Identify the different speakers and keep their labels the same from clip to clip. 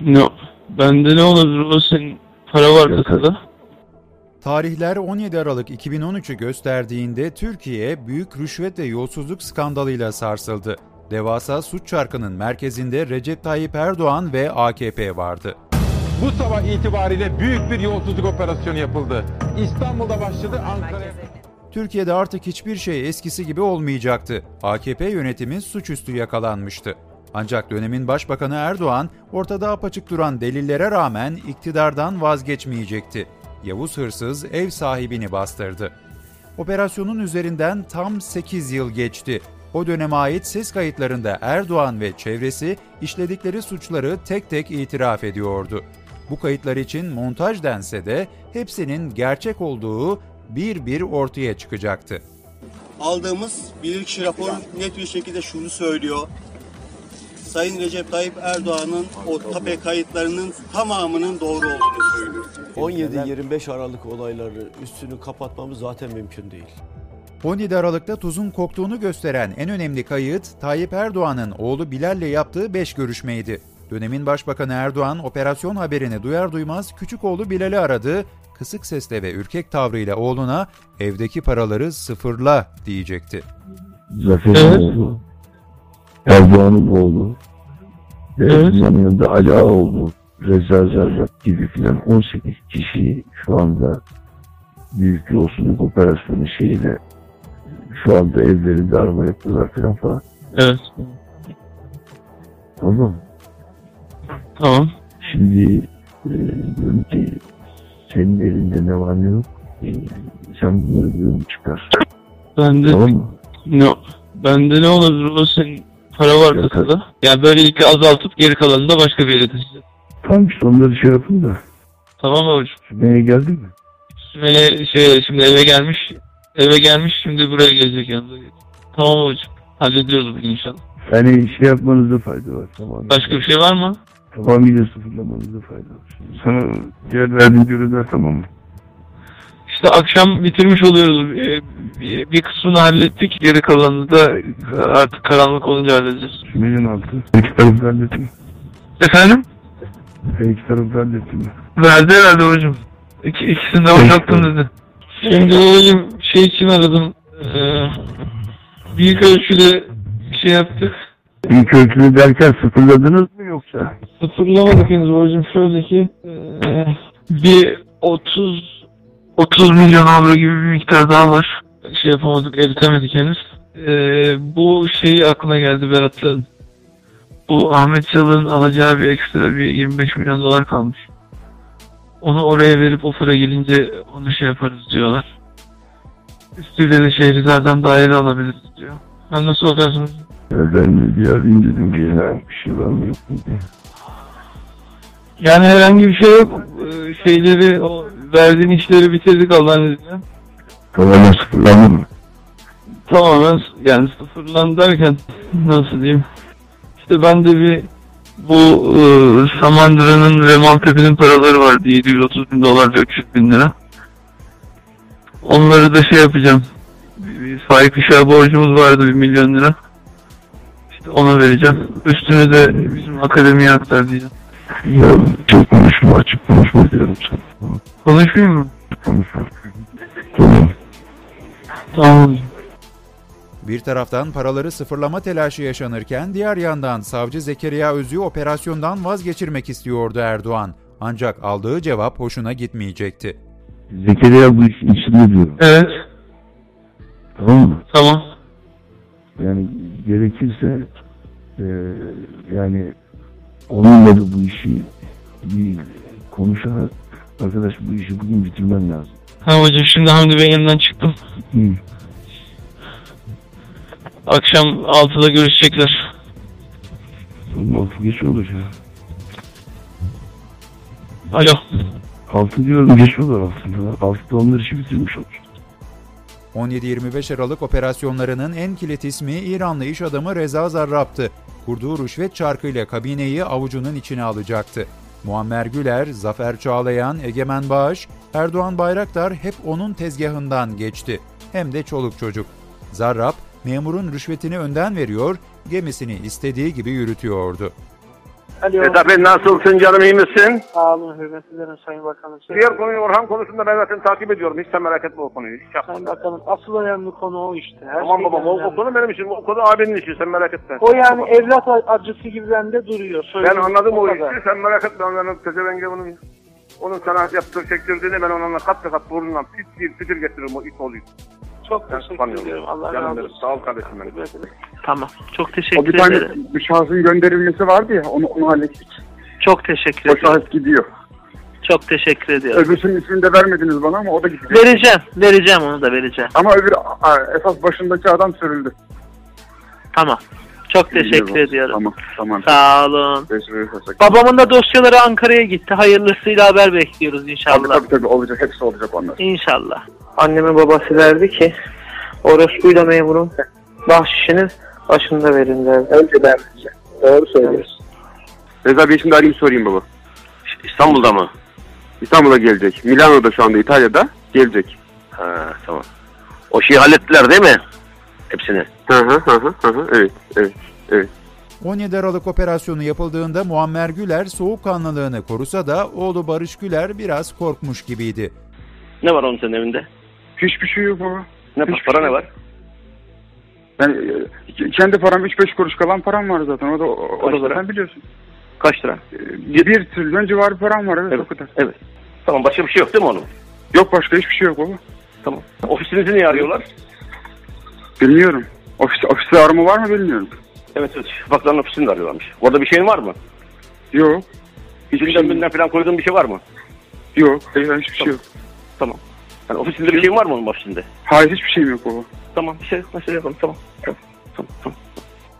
Speaker 1: Ne? Bende ne olabilir baba senin para var
Speaker 2: Yok,
Speaker 1: kasada.
Speaker 3: Tarihler 17 Aralık 2013'ü gösterdiğinde Türkiye büyük rüşvet ve yolsuzluk skandalıyla sarsıldı. Devasa suç çarkının merkezinde Recep Tayyip Erdoğan ve AKP vardı.
Speaker 4: Bu sabah itibariyle büyük bir yolsuzluk operasyonu yapıldı. İstanbul'da başladı, Ankara'ya...
Speaker 3: Türkiye'de artık hiçbir şey eskisi gibi olmayacaktı. AKP yönetimi suçüstü yakalanmıştı. Ancak dönemin başbakanı Erdoğan ortada apaçık duran delillere rağmen iktidardan vazgeçmeyecekti. Yavuz Hırsız ev sahibini bastırdı. Operasyonun üzerinden tam 8 yıl geçti. O döneme ait ses kayıtlarında Erdoğan ve çevresi işledikleri suçları tek tek itiraf ediyordu. Bu kayıtlar için montaj dense de hepsinin gerçek olduğu bir bir ortaya çıkacaktı.
Speaker 5: aldığımız bilirkişi raporu net bir şekilde şunu söylüyor. Sayın Recep Tayyip Erdoğan'ın o tape kayıtlarının tamamının doğru olduğunu söylüyor.
Speaker 6: 17-25 Aralık olayları üstünü kapatmamız zaten mümkün değil.
Speaker 3: 17 Aralık'ta tuzun koktuğunu gösteren en önemli kayıt Tayyip Erdoğan'ın oğlu Bilal'le yaptığı 5 görüşmeydi. Dönemin Başbakanı Erdoğan operasyon haberini duyar duymaz küçük oğlu Bilal'i aradı. Kısık sesle ve ürkek tavrıyla oğluna evdeki paraları sıfırla diyecekti.
Speaker 2: Zafer
Speaker 1: Evet.
Speaker 2: oldu. Erdoğan'ın oldu.
Speaker 1: Evet.
Speaker 2: Evet. Yanında Ala oldu. Reza Zerrak gibi filan 18 kişi şu anda büyük yolsuzluk operasyonu şeyle şu anda evlerinde arama yaptılar filan falan.
Speaker 1: Evet.
Speaker 2: Tamam.
Speaker 1: Tamam.
Speaker 2: Şimdi e, diyorum ki senin elinde ne var ne yok. E, sen bunları diyorum çıkar.
Speaker 1: Bende
Speaker 2: Tamam mı?
Speaker 1: ne? Bende ne olabilir baba senin para var
Speaker 2: Yok,
Speaker 1: kasada. Yani böylelikle azaltıp geri kalanını da başka bir yere taşıyacağız.
Speaker 2: Tamam işte onları şey yapın da.
Speaker 1: Tamam babacığım.
Speaker 2: Sümeyye geldi mi?
Speaker 1: Sümeyye şey şimdi eve gelmiş. Eve gelmiş şimdi buraya gelecek yanında. Tamam babacığım. Hallediyoruz bugün inşallah.
Speaker 2: Yani şey yapmanızda fayda var. Tamam.
Speaker 1: Başka bir şey var mı?
Speaker 2: Tamamıyla sıfırlamanızda fayda var. Sana yer verdiğim görevler tamam mı?
Speaker 1: İşte akşam bitirmiş oluyoruz. Ee, bir- Bir kısmını hallettik. Geri kalanını da artık karanlık olunca halledeceğiz.
Speaker 2: Sümeyye'nin altı. Her iki tarafı hallettim.
Speaker 1: Efendim?
Speaker 2: Her iki tarafı hallettim.
Speaker 1: Verdi herhalde hocam. İki, ikisini de boşalttım dedi. Şimdi babacım şey için aradım. Ee, büyük ölçüde şey yaptık.
Speaker 2: İlk ölçülü derken sıfırladınız mı yoksa?
Speaker 1: Sıfırlamadık henüz babacım. Şöyle ki ee, bir 30 30 milyon avro gibi bir miktar daha var. Şey yapamadık, eritemedik henüz. Ee, bu şey aklına geldi Berat'ın. Bu Ahmet Çalık'ın alacağı bir ekstra bir 25 milyon dolar kalmış. Onu oraya verip o para gelince onu şey yaparız diyorlar. Üstüyle de şehirlerden daire alabiliriz diyor. Ben nasıl olacaksınız?
Speaker 2: Ya ben de bir arayayım dedim ki ya bir şey var mı yok mu diye.
Speaker 1: Yani herhangi bir şey yok. Ee, Şeyleri, o verdiğin işleri bitirdik Allah'ın izniyle.
Speaker 2: Tamamen sıfırlandı mı?
Speaker 1: tamamen s- yani sıfırlan derken nasıl diyeyim işte ben de bir bu ıı, Samandıra'nın ve Maltepe'nin paraları vardı 730 bin dolar ve 300 bin lira onları da şey yapacağım bir, bir Faik Işık'a borcumuz vardı 1 milyon lira işte ona vereceğim üstünü de bizim akademiye aktar diyeceğim
Speaker 2: Ya çok konuşma açık konuşma diyorum sana. Tamam,
Speaker 1: konuşmayayım mı?
Speaker 2: Konuşma. Tamam.
Speaker 1: Tamam
Speaker 3: Bir taraftan paraları sıfırlama telaşı yaşanırken diğer yandan savcı Zekeriya Özü'yü operasyondan vazgeçirmek istiyordu Erdoğan. Ancak aldığı cevap hoşuna gitmeyecekti.
Speaker 2: Zekeriya bu işin içinde diyorum.
Speaker 1: evet
Speaker 2: Tamam mı?
Speaker 1: tamam
Speaker 2: Yani gerekirse eee yani onunla da bu işi bir konuşarak arkadaş bu işi bugün bitirmen lazım.
Speaker 1: ha hocam şimdi Hamdi Bey'in yanından çıktım
Speaker 2: Hı.
Speaker 1: akşam 6'da görüşecekler
Speaker 2: Oğlum altı geç olur ya.
Speaker 1: alo
Speaker 2: Altı diyorum geç olur aslında. Altıda onlar işi bitirmiş olur.
Speaker 3: 17-25 Aralık operasyonlarının en kilit ismi İranlı iş adamı Reza Zarrab'tı. Kurduğu rüşvet çarkıyla kabineyi avucunun içine alacaktı. Muammer Güler, Zafer Çağlayan, Egemen Bağış, Erdoğan Bayraktar hep onun tezgahından geçti. Hem de çoluk çocuk. Zarrab, memurun rüşvetini önden veriyor, gemisini istediği gibi yürütüyordu.
Speaker 7: Alo.
Speaker 8: Vedat Bey nasılsın canım iyi misin?
Speaker 7: Sağ olun, hürmet ederim Sayın Bakanım. Sayın,
Speaker 8: Diğer konuyu Orhan konusunda ben zaten takip ediyorum. Hiç sen merak etme o konuyu. Hiç yapma.
Speaker 7: Sayın Bakanım, asıl önemli konu o işte. Her
Speaker 8: Tamam
Speaker 7: şeyden
Speaker 8: babam o, o
Speaker 7: önemli.
Speaker 8: konu benim için. O konu abinin işi sen merak etme.
Speaker 7: şey O yani
Speaker 8: Tamam.
Speaker 7: evlat a- acısı gibi bende duruyor.
Speaker 8: Ben
Speaker 7: Söylediğim
Speaker 8: anladım o
Speaker 7: kadar.
Speaker 8: işi sen merak etme. Ben onun pezevenge bunun onun sana yaptığı çektirdiğini ben onunla kat be kat burnundan pit bir pütür getiririm o it oluyor.
Speaker 7: Çok
Speaker 8: Ben
Speaker 7: teşekkür
Speaker 8: tutamıyorum.
Speaker 7: ederim. Allah
Speaker 8: Canım
Speaker 7: razı
Speaker 8: benim,
Speaker 7: olsun.
Speaker 8: sağ ol kardeşim benim.
Speaker 7: Hürmet ederim.
Speaker 9: Tamam. Çok
Speaker 8: O bir
Speaker 9: teşekkür
Speaker 8: tane
Speaker 9: ederim.
Speaker 8: bir şahsın gönderilmesi vardı ya onu, onu hallettik.
Speaker 9: Çok teşekkür
Speaker 8: O
Speaker 9: ederim.
Speaker 8: şahıs gidiyor.
Speaker 9: Çok teşekkür ediyorum.
Speaker 8: Öbürsünün ismini de vermediniz bana ama o da gidiyor.
Speaker 9: Vereceğim. Vereceğim onu da vereceğim.
Speaker 8: Ama öbür a- a- esas başındaki adam sürüldü.
Speaker 9: Tamam. Çok teşekkür
Speaker 8: Gidiyor.
Speaker 9: ediyorum.
Speaker 8: Tamam tamam.
Speaker 9: Sağ olun.
Speaker 8: Teşekkür ederim.
Speaker 9: Babamın da dosyaları Ankara'ya gitti. Hayırlısıyla haber bekliyoruz
Speaker 8: Tabii
Speaker 9: inşallah.
Speaker 8: tabii tabii olacak hepsi olacak onlar.
Speaker 9: İnşallah.
Speaker 7: Annemin babası derdi ki orospuyla memurum bahşişini başında verin derdi.
Speaker 8: Önce ben Doğru söylüyorsun. Reza Bey şimdi halimi sorayım baba. İstanbul'da mı? İstanbul'a gelecek. Milano'da şu anda İtalya'da gelecek. Ha tamam. O şeyi hallettiler değil mi? Hepsini. Hı hı hı hı, hı. Evet evet.
Speaker 3: 17 Aralık operasyonu yapıldığında Muammer Güler soğukkanlılığını korusa da oğlu Barış Güler biraz korkmuş gibiydi.
Speaker 9: Ne var onun senin evinde?
Speaker 8: Hiçbir şey yok baba.
Speaker 9: Ne
Speaker 8: Hiçbir şey para ne
Speaker 9: var?
Speaker 8: Ben e, kendi param 3-5 kuruş kalan param var zaten. O da o,
Speaker 9: da zaten
Speaker 8: biliyorsun. E,
Speaker 9: Kaç lira?
Speaker 8: Bir trilyon civarı param var evet,
Speaker 9: o kadar. Tamam başka bir şey yok değil mi onun?
Speaker 8: Yok başka hiçbir şey yok baba.
Speaker 9: Tamam. Ofisinizi niye arıyorlar?
Speaker 8: Bilmiyorum. Ofis, ofiste arama var mı bilmiyorum.
Speaker 9: Evet evet. Şifakların ofisini de arıyorlarmış. Orada bir şeyin var mı?
Speaker 8: Yok.
Speaker 9: Yüzünden binden falan koyduğun bir şey var mı?
Speaker 8: Yok. Hiçbir şey yok.
Speaker 9: Yani ofisinde bir şeyin var mı onun başında?
Speaker 8: Hayır hiçbir şeyim yok baba.
Speaker 9: Tamam bir şey yok. Mesele yapalım tamam. Tamam. Tamam. tamam.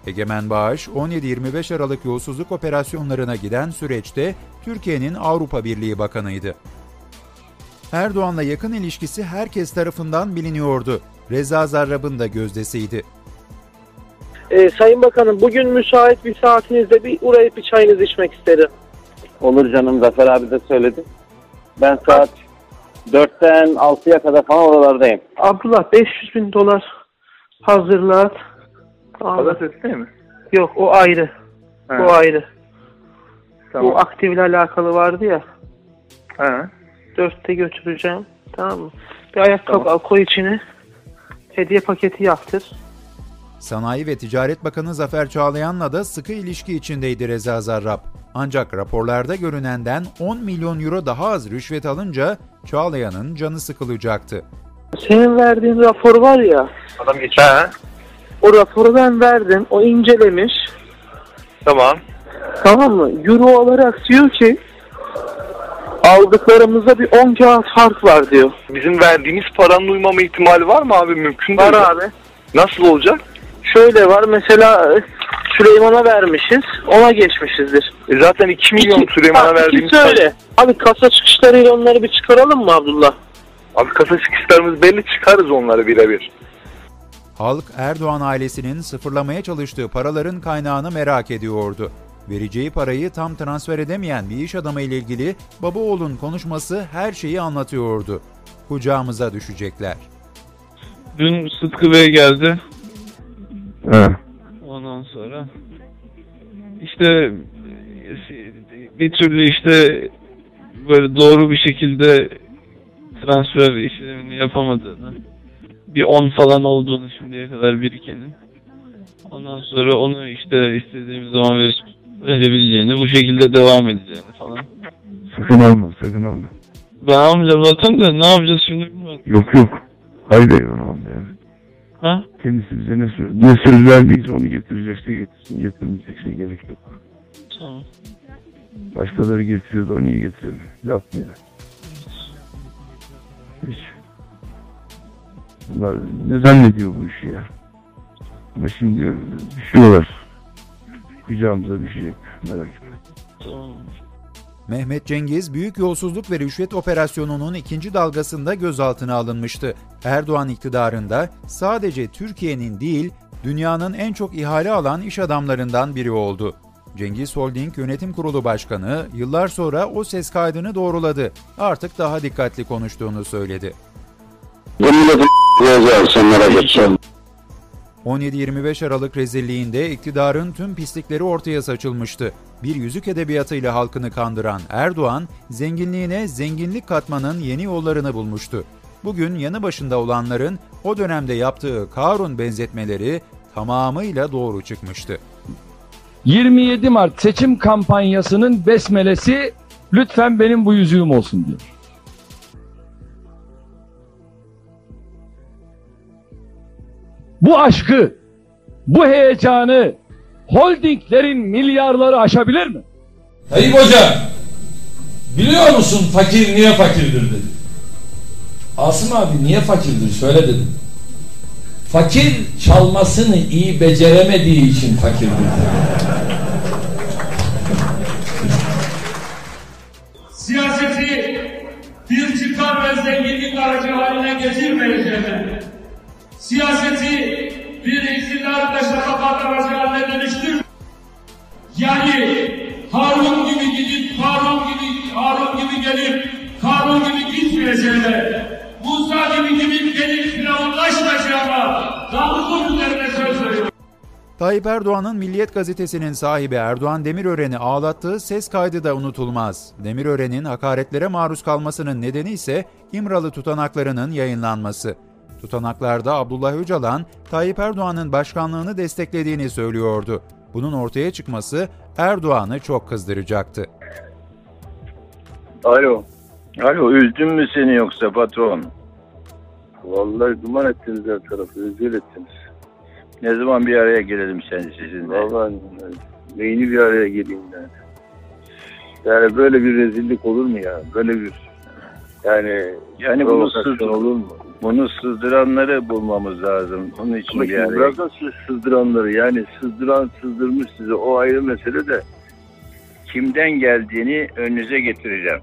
Speaker 3: Egemen Bağış 17-25 Aralık yolsuzluk operasyonlarına giden süreçte Türkiye'nin Avrupa Birliği Bakanıydı. Erdoğan'la yakın ilişkisi herkes tarafından biliniyordu. Reza Zarrab'ın da gözdesiydi.
Speaker 7: Ee, Sayın Bakanım bugün müsait bir saatinizde bir uğrayıp bir çayınızı içmek isterim.
Speaker 10: Olur canım Zafer abi de söyledi. Ben saat 4'ten 6'ya kadar falan oralardayım.
Speaker 7: Abdullah 500 bin dolar hazırlat. Tamam.
Speaker 8: Pazartesi değil mi?
Speaker 7: Yok o ayrı.
Speaker 8: He.
Speaker 7: O ayrı.
Speaker 8: Tamam.
Speaker 7: Bu aktivle alakalı vardı ya.
Speaker 8: He.
Speaker 7: Dörtte götüreceğim. Tamam mı? Bir ayakkabı al koy içine. Hediye paketi yaptır.
Speaker 3: Sanayi ve Ticaret Bakanı Zafer Çağlayan'la da sıkı ilişki içindeydi Reza Zarrab. Ancak raporlarda görünenden 10 milyon euro daha az rüşvet alınca Çağlayan'ın canı sıkılacaktı.
Speaker 7: Senin verdiğin rapor var ya.
Speaker 8: Adam geçiyor. He.
Speaker 7: O raporu ben verdim. O incelemiş.
Speaker 8: Tamam.
Speaker 7: Tamam mı? Euro olarak diyor ki aldıklarımızda bir 10 kağıt fark var diyor.
Speaker 8: Bizim verdiğimiz paranın uymama ihtimali var mı abi? Mümkün
Speaker 7: Var
Speaker 8: değil.
Speaker 7: abi.
Speaker 8: Nasıl olacak?
Speaker 7: Şöyle var mesela Süleyman'a vermişiz. Ona geçmişizdir.
Speaker 8: E zaten 2 milyon
Speaker 7: İki-
Speaker 8: Süleyman'a
Speaker 7: Ha,
Speaker 8: verdiğimiz
Speaker 7: ikisi öyle. Abi kasa çıkışlarıyla onları bir çıkaralım mı Abdullah?
Speaker 8: Abi kasa çıkışlarımız belli çıkarız onları birebir.
Speaker 3: Halk Erdoğan ailesinin sıfırlamaya çalıştığı paraların kaynağını merak ediyordu. Vereceği parayı tam transfer edemeyen bir iş adamı ile ilgili Babaoğlu'nun konuşması her şeyi anlatıyordu. Kucağımıza düşecekler.
Speaker 1: Dün Sıtkı Bey geldi.
Speaker 2: He.
Speaker 1: Ondan sonra işte bir türlü işte böyle doğru bir şekilde transfer işlemini yapamadığını bir 10 falan olduğunu şimdiye kadar birikenin. Ondan sonra onu işte istediğimiz zaman verip verebileceğini, bu şekilde devam edeceğini falan.
Speaker 2: Sakın alma sakın alma.
Speaker 1: Ben amca zaten de ne yapacağız şimdi bilmiyorum.
Speaker 2: Yok yok. Hayır hayır onu alma yani.
Speaker 1: Ha?
Speaker 2: Kendisi bize ne söz, ne söz verdiyse onu getirecekse getirsin. Getirmeyecekse gerek yok.
Speaker 1: Tamam.
Speaker 2: Başkaları getiriyor da onu iyi getiriyor. Laf mı ya? Hiç. Bunlar ne zannediyor bu işi ya? Ama şimdi düşüyorlar. Kucağımıza düşecek. Merak etme.
Speaker 1: Tamam.
Speaker 3: Mehmet Cengiz büyük yolsuzluk ve rüşvet operasyonunun ikinci dalgasında gözaltına alınmıştı. Erdoğan iktidarında sadece Türkiye'nin değil, dünyanın en çok ihale alan iş adamlarından biri oldu. Cengiz Holding Yönetim Kurulu Başkanı yıllar sonra o ses kaydını doğruladı. Artık daha dikkatli konuştuğunu söyledi.
Speaker 8: Bunu da yazar
Speaker 3: 17-25 Aralık rezilliğinde iktidarın tüm pislikleri ortaya saçılmıştı. Bir yüzük edebiyatıyla halkını kandıran Erdoğan, zenginliğine zenginlik katmanın yeni yollarını bulmuştu. Bugün yanı başında olanların o dönemde yaptığı Karun benzetmeleri tamamıyla doğru çıkmıştı.
Speaker 2: 27 Mart seçim kampanyasının besmelesi lütfen benim bu yüzüğüm olsun diyor. Bu aşkı, bu heyecanı holdinglerin milyarları aşabilir mi?
Speaker 11: Tayyip Hoca, biliyor musun fakir niye fakirdir dedi. Asım abi niye fakirdir söyle dedim. Fakir çalmasını iyi beceremediği için fakirdir dedi.
Speaker 12: Siyaseti bir çıkar ve zenginlik aracı haline getirmeyeceğine, siyaseti bir iktidar ve şatapat aracı haline dönüştür. Yani Harun gibi gidip, Harun gibi, Harun gibi gelip, Karun gibi gitmeyeceğine, Musa gibi gidip gelip firavunlaşmayacağına, Davut'un üzerine söz veriyorum.
Speaker 3: Tayyip Erdoğan'ın Milliyet gazetesinin sahibi Erdoğan Demirören'i ağlattığı ses kaydı da unutulmaz. Demirören'in hakaretlere maruz kalmasının nedeni ise İmralı tutanaklarının yayınlanması. Tutanaklarda Abdullah Öcalan, Tayyip Erdoğan'ın başkanlığını desteklediğini söylüyordu. Bunun ortaya çıkması Erdoğan'ı çok kızdıracaktı.
Speaker 7: Alo. Alo üzdün mü seni yoksa patron? Vallahi duman ettiniz her tarafı. Rezil ettiniz. Ne zaman bir araya gelelim sen sizinle? Vallahi neyini bir araya geleyim yani. Yani böyle bir rezillik olur mu ya? Böyle bir yani
Speaker 13: Yani bunu
Speaker 7: provokasyon
Speaker 13: sızdır-
Speaker 7: şey olur mu? Bunu sızdıranları bulmamız lazım. Onun için
Speaker 13: Ama
Speaker 7: bir
Speaker 13: şimdi
Speaker 7: araya.
Speaker 13: bırakın
Speaker 7: sızdıranları yani sızdıran sızdırmış size o ayrı mesele de kimden geldiğini önünüze getireceğim.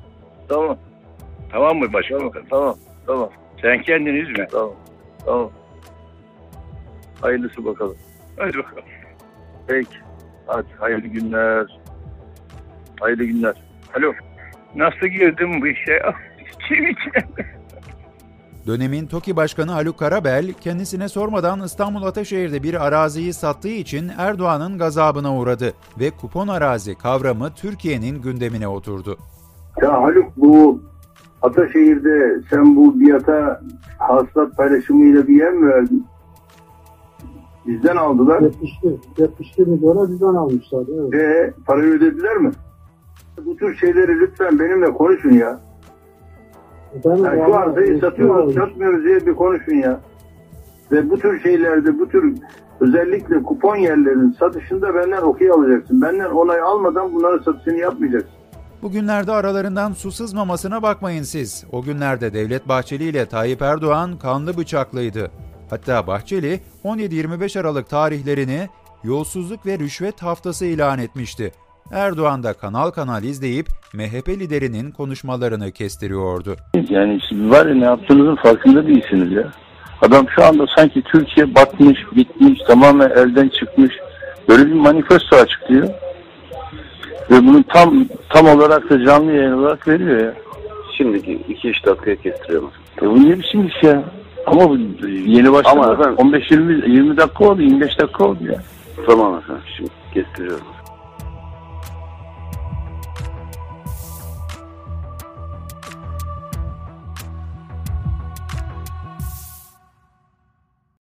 Speaker 7: Tamam. Tamam mı başbakan? Tamam, tamam. Sen kendin üzme. Tamam. Tamam. Hayırlısı bakalım. Hadi bakalım. Peki. Hadi hayırlı günler. Hayırlı günler. Alo. Nasıl girdim bu işe? Kim için?
Speaker 3: Dönemin TOKİ Başkanı Haluk Karabel, kendisine sormadan İstanbul Ataşehir'de bir araziyi sattığı için Erdoğan'ın gazabına uğradı ve kupon arazi kavramı Türkiye'nin gündemine oturdu.
Speaker 13: Ya Haluk bu Ataşehir'de sen bu biyata hasılat paylaşımıyla bir yer mi verdin? Bizden aldılar.
Speaker 14: 72, 72 milyona bizden almışlar. Evet.
Speaker 13: E parayı ödediler mi? Bu tür şeyleri lütfen benimle konuşun ya.
Speaker 14: Ben
Speaker 13: Yani şu
Speaker 14: vallahi
Speaker 13: arzayı
Speaker 14: eski
Speaker 13: satıyoruz,
Speaker 14: alayım.
Speaker 13: satmıyoruz diye bir konuşun ya. Ve bu tür şeylerde, bu tür özellikle kupon yerlerinin satışında benden okey alacaksın. Benden onay almadan bunların satışını yapmayacaksın.
Speaker 3: Bugünlerde aralarından su sızmamasına bakmayın siz. O günlerde Devlet Bahçeli ile Tayyip Erdoğan kanlı bıçaklıydı. Hatta Bahçeli 17-25 Aralık tarihlerini yolsuzluk ve rüşvet haftası ilan etmişti. Erdoğan da kanal kanal izleyip MHP liderinin konuşmalarını kestiriyordu.
Speaker 7: Yani siz var ya ne yaptığınızın farkında değilsiniz ya. Adam şu anda sanki Türkiye batmış, bitmiş, tamamen elden çıkmış. Böyle bir manifesto açıklıyor. Ve bunu tam tam olarak da canlı yayın olarak veriyor ya. Şimdiki iki üç dakikaya kestiriyorlar. E bu ne biçim iş ya? Ama bu yeni başlamadı.
Speaker 15: Ama efendim-
Speaker 7: 15-20 20 dakika oldu, 25 dakika oldu ya.
Speaker 15: Tamam efendim şimdi kestiriyorum.